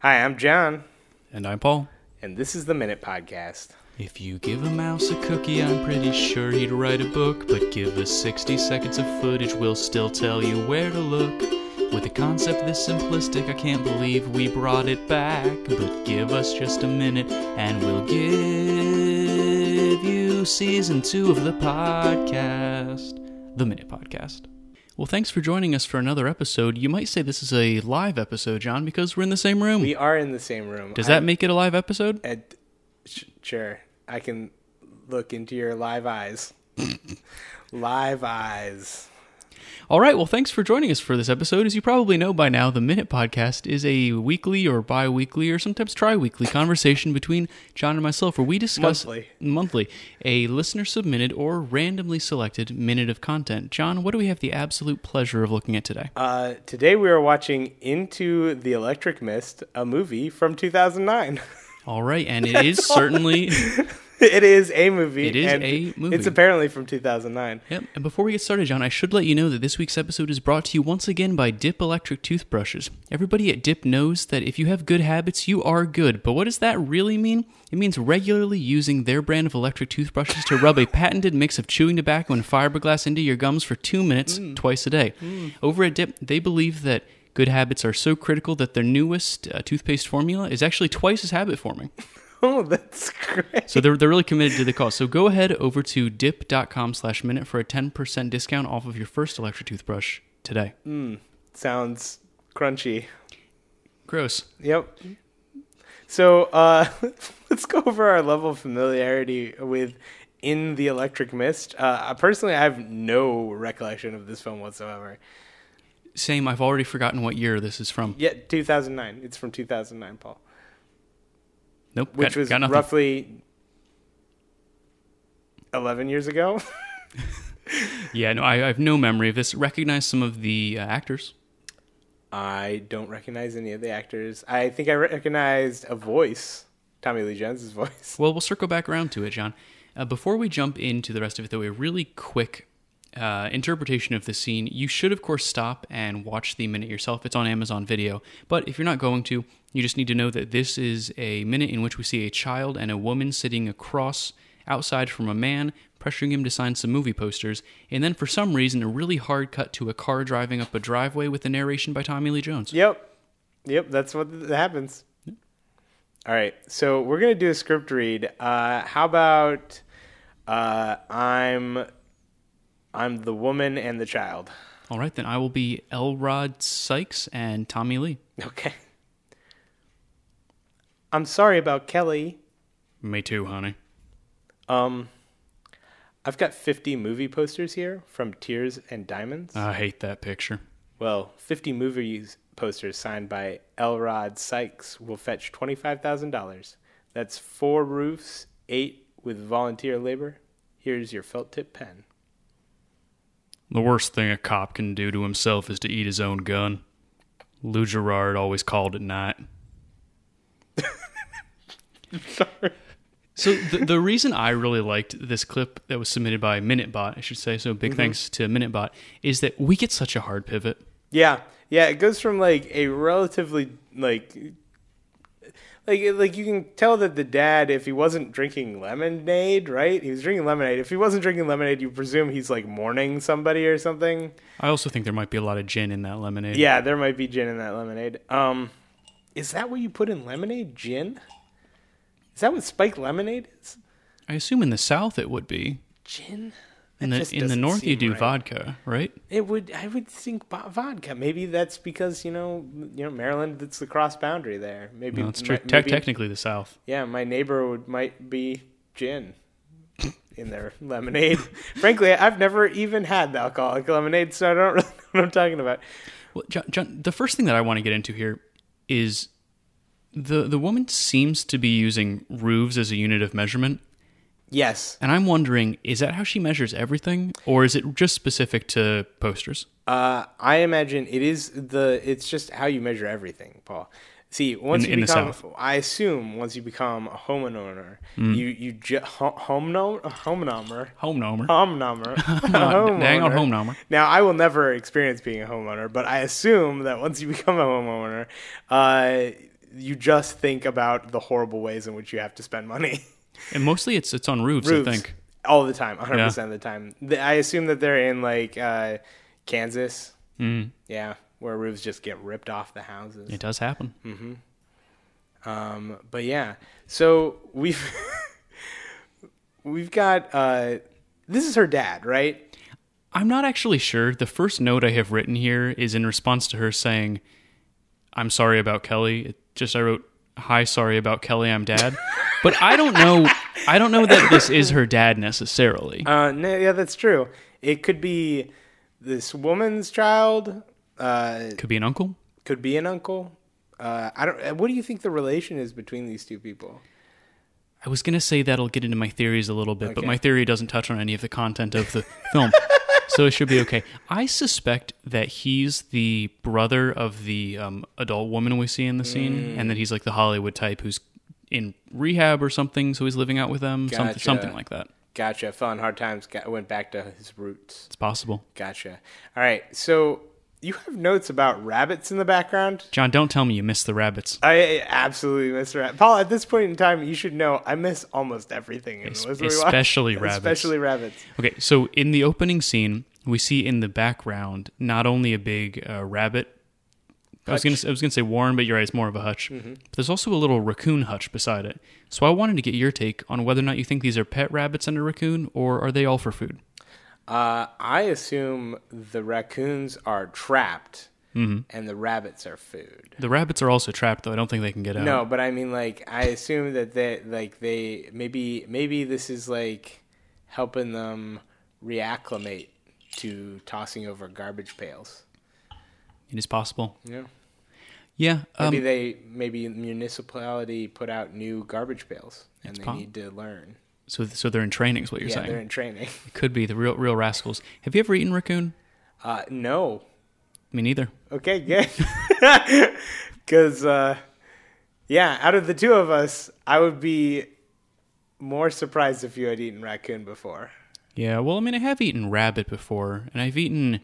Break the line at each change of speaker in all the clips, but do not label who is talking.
Hi, I'm John,
And I'm Paul.
and this is the Minute Podcast.
If you give a mouse a cookie, I'm pretty sure he'd write a book. But give us 60 seconds of footage, we'll still tell you where to look. With a concept this simplistic, I can't believe we brought it back. But give us just a minute, and we'll give you season two of the podcast The Minute Podcast. Well, thanks for joining us for another episode. You might say this is a live episode, John, because we're in the same room.
We are in the same room.
Does that make it a live episode?
that? At, sh- sure, I can look into your live eyes. live eyes.
All right, well, thanks for joining us for this episode. As you probably know by now, the Minute Podcast is a weekly or bi weekly or sometimes tri weekly conversation between John and myself where we discuss
Monthly.
monthly a listener submitted or randomly selected minute of content. John, what do we have the absolute pleasure of looking at today?
Uh, today we are watching Into the Electric Mist, a movie from 2009.
All right, and it is certainly.
it is a movie.
It is
and
a movie.
It's apparently from 2009.
Yep. And before we get started, John, I should let you know that this week's episode is brought to you once again by Dip Electric Toothbrushes. Everybody at Dip knows that if you have good habits, you are good. But what does that really mean? It means regularly using their brand of electric toothbrushes to rub a patented mix of chewing tobacco and fiberglass into your gums for two minutes twice a day. Over at Dip, they believe that good habits are so critical that their newest uh, toothpaste formula is actually twice as habit forming.
Oh, that's great.
So they're, they're really committed to the cause. So go ahead over to dip.com slash minute for a 10% discount off of your first electric toothbrush today.
Sounds crunchy.
Gross.
Yep. So uh, let's go over our level of familiarity with In the Electric Mist. Uh, I- personally, I have no recollection of this film whatsoever.
Same, I've already forgotten what year this is from.
Yeah, 2009. It's from 2009, Paul,
Nope.
which
got,
was
got nothing.
roughly 11 years ago.
Yeah, no, I, I have no memory of this. Recognize some of the uh, actors.
I don't recognize any of the actors. I think I recognized a voice, Tommy Lee Jones's voice.
Well, we'll circle back around to it, John. Uh, before we jump into the rest of it, though, a really quick uh, interpretation of the scene. You should, of course, stop and watch the minute yourself. It's on Amazon Video. But if you're not going to, you just need to know that this is a minute in which we see a child and a woman sitting across outside from a man, pressuring him to sign some movie posters. And then, for some reason, a really hard cut to a car driving up a driveway with the narration by Tommy Lee Jones.
Yep. Yep, that's what th- happens. All right. So we're going to do a script read. Uh, how about uh, I'm I'm the woman and the child.
All right, then I will be Elrod Sykes and Tommy Lee.
Okay. I'm sorry about Kelly.
Me too, honey.
Um I've got 50 movie posters here from Tears and Diamonds.
I hate that picture.
Well, 50 movies posters signed by Elrod Sykes will fetch $25,000. That's four roofs, eight with volunteer labor. Here's your felt tip pen.
The worst thing a cop can do to himself is to eat his own gun. Lou Gerard always called it night. So the, the reason I really liked this clip that was submitted by MinuteBot, I should say, so
Mm-hmm.
big thanks to MinuteBot, is that we get such a hard pivot.
Yeah. Yeah, it goes from like a relatively like like like you can tell that the dad if he wasn't drinking lemonade, right? He was drinking lemonade. If he wasn't drinking lemonade, you presume he's like mourning somebody or something.
I also think there might be a lot of gin in that lemonade.
Yeah, there might be gin in that lemonade. Um, is that what you put in lemonade? Gin? Is that what spiked lemonade is?
I assume in the South it would be.
Gin?
In
That
the
just
in the
doesn't
North you
seem
do
right.
vodka, right?
It would. I would think bo- vodka. Maybe that's because you know, you know, Maryland. It's the cross boundary there. Maybe
No, that's true.
my-
Tec-
Mm, maybe-
technically the South.
Yeah, my neighbor would might be gin in their lemonade. Frankly, I've never even had the alcoholic lemonade, so I don't really know what I'm talking about.
Well, John, John, the first thing that I want to get into here is the the woman seems to be using roofs as a unit of measurement,
Yes,
and I'm wondering is that how she measures everything, or is it just specific to posters?
Uh, I imagine it is the. It's just how you measure everything, Paul. See, once
In-
you
in the
become, I assume once you become a homeowner,
Mm.
you you ju- ho- homeowner, homeowner,
Home nomer.
homeowner,
on, dang on
homeowner.
homeowner.
Now, I will never experience being a homeowner, but I assume that once you become a homeowner, uh, you just think about the horrible ways in which you have to spend money.
And mostly it's it's on roofs,
Roofs.
I think.
all the time, 100 percent of the time. The- I assume that they're in like uh, Kansas. Mm. Yeah, where roofs just get ripped off the houses.
It does happen.
Hmm. Um, but yeah, so we've we've got uh, this is her dad, right?
I'm not actually sure. The first note I have written here is in response to her saying, "I'm sorry about Kelly." It just I wrote, "Hi, sorry about Kelly. I'm dad." but I don't know. I don't know that this is her dad necessarily.
Uh, no, yeah, that's true. It could be this woman's child. Uh,
Could be an uncle.
could be an uncle. Uh, I don't. What do you think the relation is between these two people?
I was gonna say that'll get into my theories a little bit, but
Okay.
my theory doesn't touch on any of the content of the film, so it should be okay. I suspect that he's the brother of the um, adult woman we see in the scene, and that he's like the Hollywood type who's in rehab or something, so he's living out with them, something,
Gotcha.
something like that.
Gotcha. Fell in hard times. Got, went back to his roots.
It's possible.
Gotcha. All right. So you have notes about rabbits in the background.
John, don't tell me you miss the rabbits.
I absolutely miss rabbits. Paul, at this point in time, you should know I miss almost everything in
Es-
Wizardry Watch.
especially rabbits.
Especially rabbits.
Okay, so in the opening scene, we see in the background not only a big uh, rabbit. I was gonna I was gonna say Warren, but you're right. It's more of a hutch.
Mm-hmm.
But there's also a little raccoon hutch beside it. So I wanted to get your take on whether or not you think these are pet rabbits and a raccoon, or are they all for food?
Uh, I assume the raccoons are trapped
Mm-hmm.
and the rabbits are food.
The rabbits are also trapped, though. I don't think they can get out.
No, but I mean, like, I assume that they, like, they maybe, maybe this is like helping them reacclimate to tossing over garbage pails.
it is possible.
Yeah.
Yeah, um,
Maybe they, maybe municipality put out new garbage pails and
It's
they
po-
need to learn.
so so they're in training. Is what you're
yeah,
saying?
they're in training.
It could be the real real rascals. Have you ever eaten raccoon?
Uh, no.
Me neither.
Okay, good. Because, uh, yeah, out of the two of us, I would be more surprised if you had eaten raccoon before.
Yeah, well, I mean, I have eaten rabbit before, and I've eaten.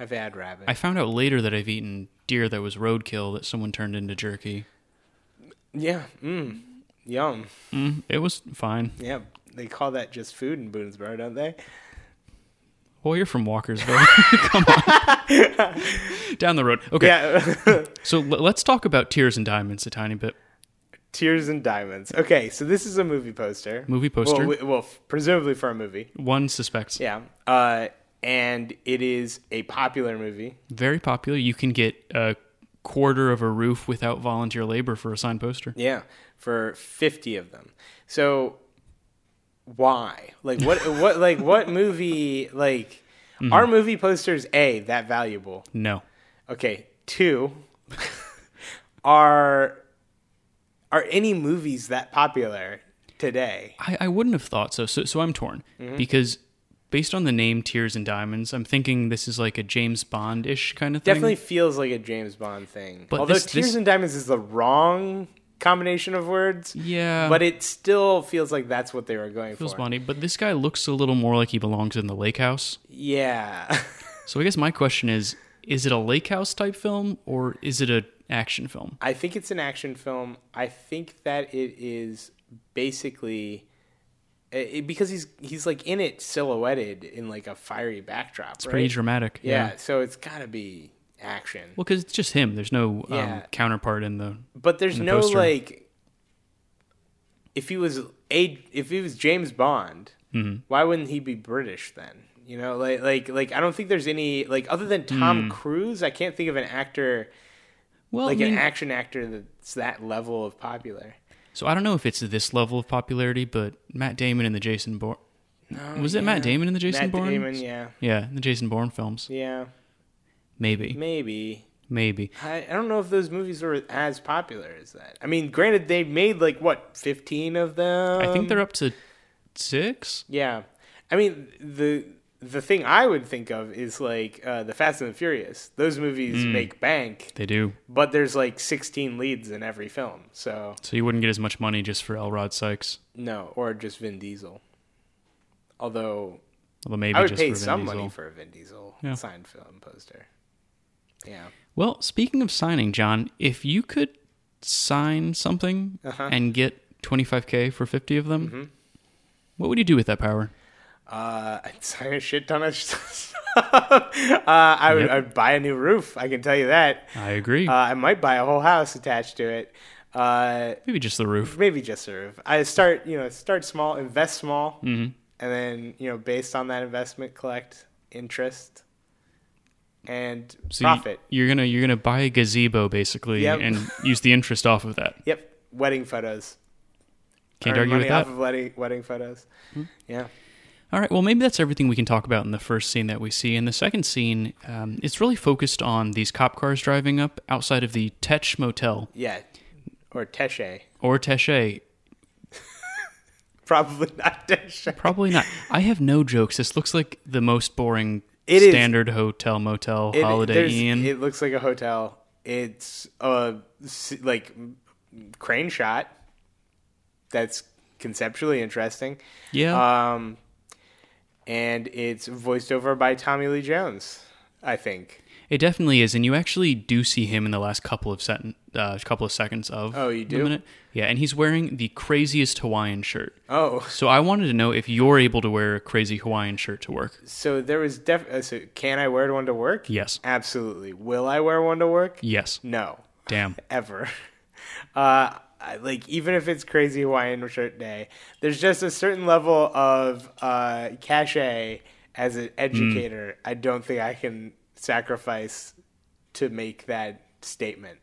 I've had rabbit.
I found out later that I've eaten deer that was roadkill that someone turned into jerky.
yeah, mm, yum.
Mm, it was fine.
Yeah, they call that just food in Boonesboro, don't they?
Well, you're from Walkersville. Come on. Down the road. Okay.
Yeah,
So l- let's talk about Tears and Diamonds a tiny bit.
tears and diamonds. Okay, so this is a movie poster.
Movie poster.
Well, we, well f- presumably for a movie.
One suspects.
Yeah, uh, and it is a popular movie.
Very popular. You can get a quarter of a roof without volunteer labor for a signed poster.
Yeah, for 50 of them. So why? Like what what like what movie like
Mm-hmm.
are movie posters A that valuable?
No.
Okay, two are are any movies that popular today?
I, I wouldn't have thought so. So, so I'm torn
Mm-hmm.
because based on the name Tears and Diamonds, I'm thinking this is like a James Bond ish kind of thing.
Definitely feels like a James Bond thing.
But
Although
this-
Tears
this-
and Diamonds is the wrong combination of words.
Yeah.
But it still feels like that's what they were going
feels
for.
Bondy, but this guy looks a little more like he belongs in the lake house.
Yeah.
So I guess my question is: Is it a lake house type film or is it a action film?
I think it's an action film. I think that it is basically it, it- because he's he's like in it silhouetted in like a fiery backdrop. It's
Pretty dramatic.
Yeah, so it's got to be action.
Well, because it's just him. There's no um,
Yeah.
counterpart in the.
But there's
the
no
poster.
like if he was a if he was James Bond,
Mm-hmm.
why wouldn't he be British then? You know, like like like I don't think there's any like other than
Hmm.
Tom Cruise, I can't think of an actor
Well,
like
I mean,
an action actor that's that level of popular.
so I don't know if it's this level of popularity, but Matt Damon and the Jason Bourne. was it Matt Damon in the Jason
Matt
Bourne?
Damon, yeah.
Yeah, the Jason Bourne films.
Yeah,
Maybe,
maybe.
maybe.
I, I don't know if those movies were as popular as that. I mean, granted, they made like what fifteen of them.
I think they're up to six.
Yeah, I mean the the thing I would think of is like uh, the Fast and the Furious. Those movies
Mm.
make bank,
They do.
but there's like sixteen leads in every film. So
So you wouldn't get as much money just for Elrod Sykes.
no, or just Vin Diesel. Although
Although maybe
I would
just
pay
for Vin
some
Diesel.
money for a Vin Diesel
Yeah.
signed film poster. Yeah.
Well, speaking of signing, John, if you could sign something
Uh-huh. Mm-hmm.
and get 25k for 50 of them, what would you do with that power?
Uh, I'd sign a shit ton of stuff. uh, I would
Yep.
I'd buy a new roof. I can tell you that.
I agree.
Uh, I might buy a whole house attached to it. Uh,
Maybe just the roof.
maybe just a roof. I start, you know, start small, invest small,
Mm-hmm.
and then you know, based on that investment, collect interest and
So you-
profit.
You're gonna you're gonna buy a gazebo basically
Yep.
and use the interest off of that.
yep, wedding photos.
Can't
Earn
argue
money
with that. Hmm.
Off of wedding wedding photos. Yeah.
All right. Well, maybe that's everything we can talk about in the first scene that we see. In the second scene, um, it's really focused on these cop cars driving up outside of the Tetch Motel
Yeah. Or Teshe.
or Teche.
Probably not Teshe.
Probably not. I have no jokes. This looks like the most boring
It is-
standard hotel motel
It-
holiday
there's-
inn.
It looks like a hotel. It's a s- like crane shot. That's conceptually interesting.
yeah.
Um, and it's voiced over by Tommy Lee Jones, I think.
It definitely is, and you actually do see him in the last couple of sentence, uh, couple of seconds of.
Oh, you
the
do?
minute. Yeah, and he's wearing the craziest Hawaiian shirt.
Oh,
So I wanted to know if you're able to wear a crazy Hawaiian shirt to work.
so there was def. uh, So can I wear one to work?
Yes.
Absolutely. Will I wear one to work?
Yes.
No,
Damn.
ever. Uh, I- like even if it's crazy Hawaiian shirt day, there's just a certain level of uh, cachet as
Hmm.
an educator. I don't think I can sacrifice to make that statement.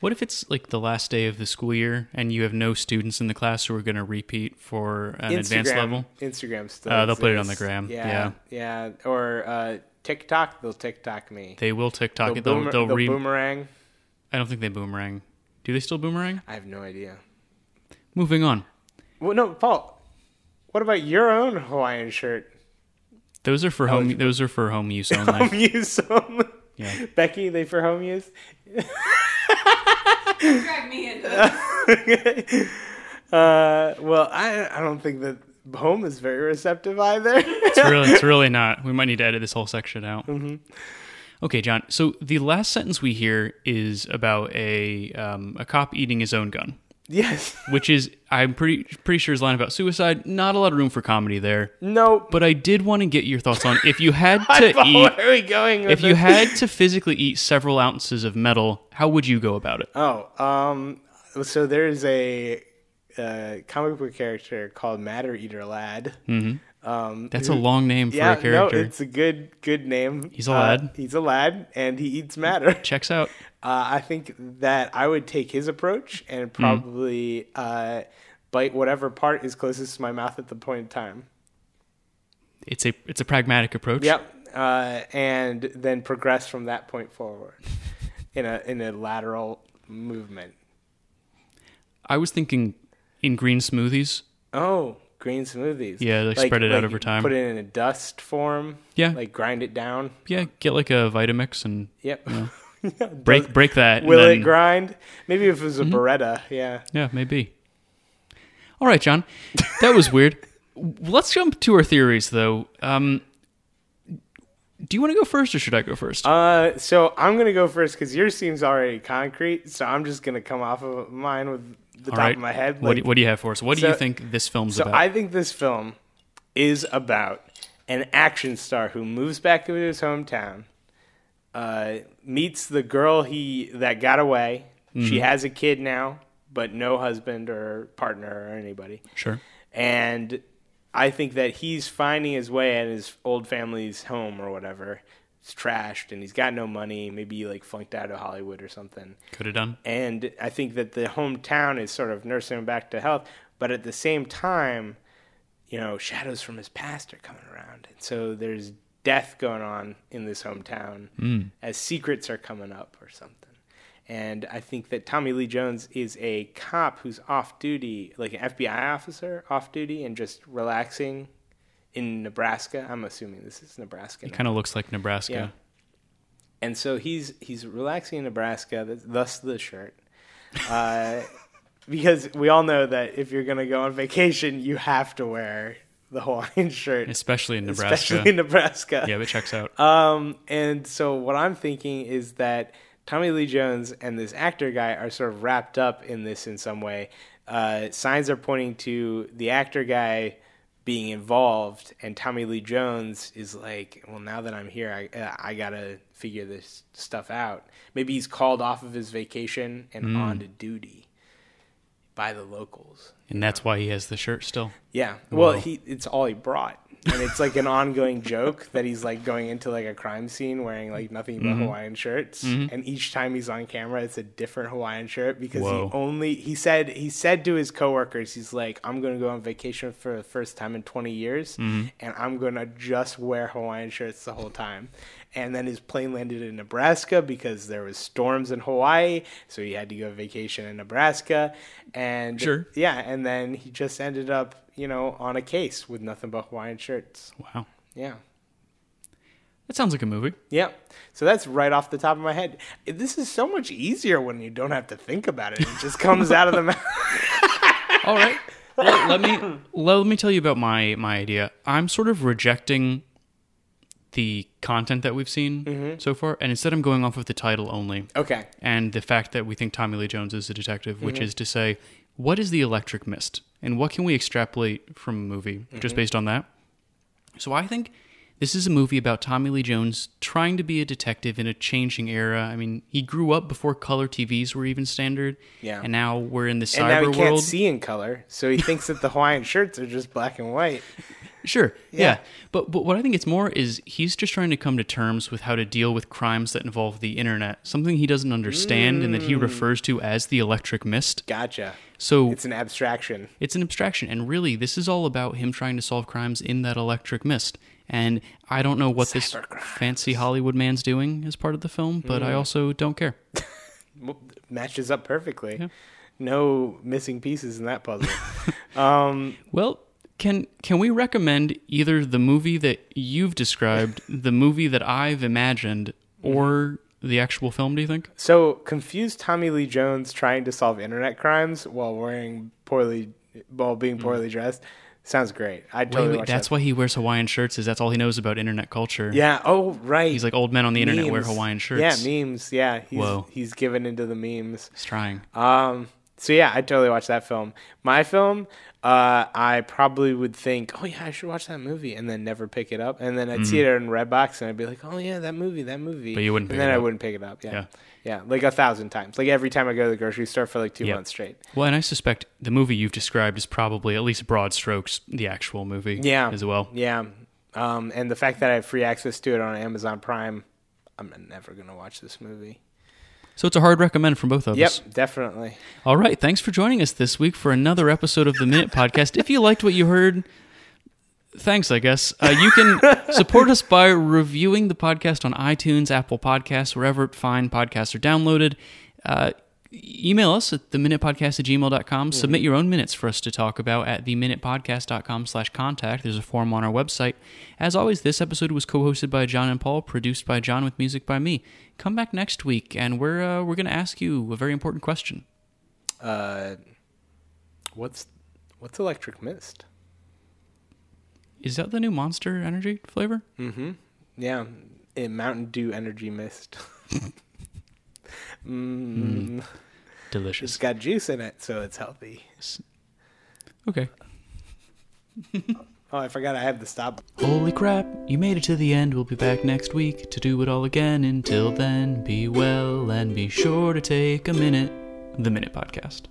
What if it's like the last day of the school year and you have no students in the class who are going to repeat for an advanced level?
Instagram still.
Uh, they'll put it on
exists.
the gram,
Yeah, yeah, or uh, TikTok. They'll TikTok me.
They will TikTok
They'll,
it. They'll,
boomer-
they'll,
they'll
re.
boomerang.
I don't think they boomerang. Do they still boomerang?
I have no idea.
Moving on.
Well, no, Paul. What about your own Hawaiian shirt?
Those are for home. Those are for home use only.
Home use only.
Yeah.
Becky, they for home use.
Drag me into this.
Uh, well, I I don't think that home is very receptive either.
it's really, it's really not. We might need to edit this whole section out.
Mm-hmm.
Okay, John. So the last sentence we hear is about a um, a cop eating his own gun,
yes.
which is I'm pretty pretty sure his line about suicide. Not a lot of room for comedy there.
No.
But I did want to get your thoughts on if you had to
Paul,
eat
where are we going? With
E, if you
this?
had to physically eat several ounces of metal, how would you go about it?
Oh, um, so there's a uh, comic book character called Matter Eater Lad.
That's Mm-hmm. a long name for
Um, Yeah,
a character.
no, it's a good good name.
He's a
Uh,
lad.
he's a lad, and he eats matter. Uh,
Checks out.
I think that I would take his approach
Mm.
and probably uh, bite whatever part is closest to my mouth at the point in time.
It's a it's a pragmatic approach.
Yep, uh, and then progress from that point forward in a in a lateral movement.
I was thinking in green smoothies.
Oh, green smoothies.
Yeah, they spread it out over time.
Put it in a dust form.
Yeah.
like grind it down.
Yeah, get like a Vitamix and
Yep.
break break that. and
Will it
then- Mm-hmm.
grind? Maybe if it was a Beretta. Yeah.
Yeah, maybe. All right, John, that was weird. Let's jump to our theories, though. Um, do you want to go first, or should I go first?
Uh, so I'm gonna go first because yours seems already concrete. So I'm just gonna come off of mine with the
All
top
right.
of my head.
what,
like-
do, what do you have for us? What do
So-
you think this film's
So
about?
I think this film is about an action star who moves back to his hometown, uh, meets the girl he that got away.
Mm-hmm.
She has a kid now, but no husband or partner or anybody.
sure.
And I think that he's finding his way at his old family's home or whatever. It's trashed and he's got no money. Maybe he like flunked out of Hollywood or something
Could have done.
and I think that the hometown is sort of nursing him back to health, but at the same time, you know, shadows from his past are coming around, and so there's death going on in this hometown as secrets are coming up or something. And I think that Tommy Lee Jones is a cop who's off duty, like an FBI officer off duty, and just relaxing in Nebraska. I'm assuming this is Nebraska. now.
Kind of looks like Nebraska.
Yeah. And so he's he's relaxing in Nebraska, th- thus the shirt. Uh, because we all know that if you're going to go on vacation, you have to wear the Hawaiian shirt,
Especially in Nebraska.
especially in Nebraska.
yeah, it checks out.
Um, and so what I'm thinking is that Tommy Lee Jones and this actor guy are sort of wrapped up in this in some way. Uh, signs are pointing to the actor guy being involved, and Tommy Lee Jones is like, "Well, now that I'm here, I uh, I gotta figure this stuff out." Maybe he's called off of his vacation and
Mm.
on to duty by the locals.
And that's why he has the shirt still.
Yeah. Well,
Whoa.
he it's all he brought. And it's like an ongoing joke that he's like going into like a crime scene wearing like nothing but Hawaiian shirts. And each time he's on camera, it's a different Hawaiian shirt because
Whoa.
he only he said he said to his coworkers, he's like, I'm gonna go on vacation for the first time in 20 years, and I'm gonna just wear Hawaiian shirts the whole time. And then his plane landed in Nebraska because there was storms in Hawaii, so he had to go vacation in Nebraska. And
Sure.
yeah, and then he just ended up, you know, on a case with nothing but Hawaiian shirts.
Wow.
Yeah.
That sounds like a movie.
Yeah. So that's right off the top of my head. This is so much easier when you don't have to think about it. It just comes out of the mouth.
All right. Well, let me let me tell you about my my idea. I'm sort of rejecting the content that we've seen
Mm-hmm.
so far, and instead I'm going off of the title only
Okay.
and the fact that we think Tommy Lee Jones is a detective,
Mm-hmm.
which is to say, what is the electric mist, and what can we extrapolate from a movie just
Mm-hmm.
based on that? So I think this is a movie about Tommy Lee Jones trying to be a detective in a changing era. I mean, he grew up before color TVs were even standard,
Yeah.
and now we're in the cyber
And now he
world.
can't see in color, so he thinks that the Hawaiian shirts are just black and white.
Sure. Yeah. But but what I think it's more is he's just trying to come to terms with how to deal with crimes that involve the internet, something he doesn't understand and that he refers to as the electric mist.
Gotcha.
So
It's an abstraction.
it's an abstraction and really this is all about him trying to solve crimes in that electric mist. And I don't know what this
Cybercrimes.
fancy Hollywood man's doing as part of the film, but I also don't care.
M- Matches up perfectly. No missing pieces in that puzzle. um,
Well, can can we recommend either the movie that you've described, the movie that I've imagined, or the actual film, do you think?
So confused Tommy Lee Jones trying to solve internet crimes while wearing poorly while being poorly dressed sounds great. I totally
Mm. Wait, wait,
watch
that's
that.
why he wears Hawaiian shirts. Is that's all he knows about internet culture?
yeah. Oh right.
he's like old men on the internet wear Hawaiian shirts.
Yeah, memes. Yeah, he's
Whoa.
he's given into the memes.
he's trying.
Um. So yeah, I totally watch that film. My film, uh, I probably would think, oh yeah, I should watch that movie, and then never pick it up, and then I'd see it in Redbox, and I'd be like, oh yeah, that movie, that movie.
Mm-hmm. But you wouldn't
And
pick
then
it
I
up.
wouldn't pick it up. Yeah.
Yeah.
yeah. like a thousand times. Like every time I go to the grocery store for like two
Yep.
months straight.
Well, and I suspect the movie you've described is probably at least broad strokes the actual movie.
Yeah.
as well.
Yeah. Um, and the fact that I have free access to it on Amazon Prime, I'm never going to watch this movie.
So it's a hard recommend from both of
Yep,
us.
definitely.
All right, thanks for joining us this week for another episode of the Minute Podcast. If you liked what you heard, thanks, I guess. Uh, you can support us by reviewing the podcast on iTunes, Apple Podcasts, wherever fine podcasts are downloaded. Uh, email us at theminutepodcast at gmail.com. Submit your own minutes for us to talk about at theminutepodcast.com slash contact. There's a form on our website. As always, this episode was co-hosted by John and Paul, produced by John with music by me. Come back next week, and we're, uh, we're going to ask you a very important question.
Uh, what's what's Electric Mist?
Is that the new Monster Energy flavor?
Yeah, in Mountain Dew Energy Mist. mm, It's
Delicious.
got juice in it, so it's healthy.
Okay.
Oh, I forgot I have the stop.
Holy crap, you made it to the end. We'll be back next week to do it all again. Until then, be well and be sure to take a minute. The Minute Podcast.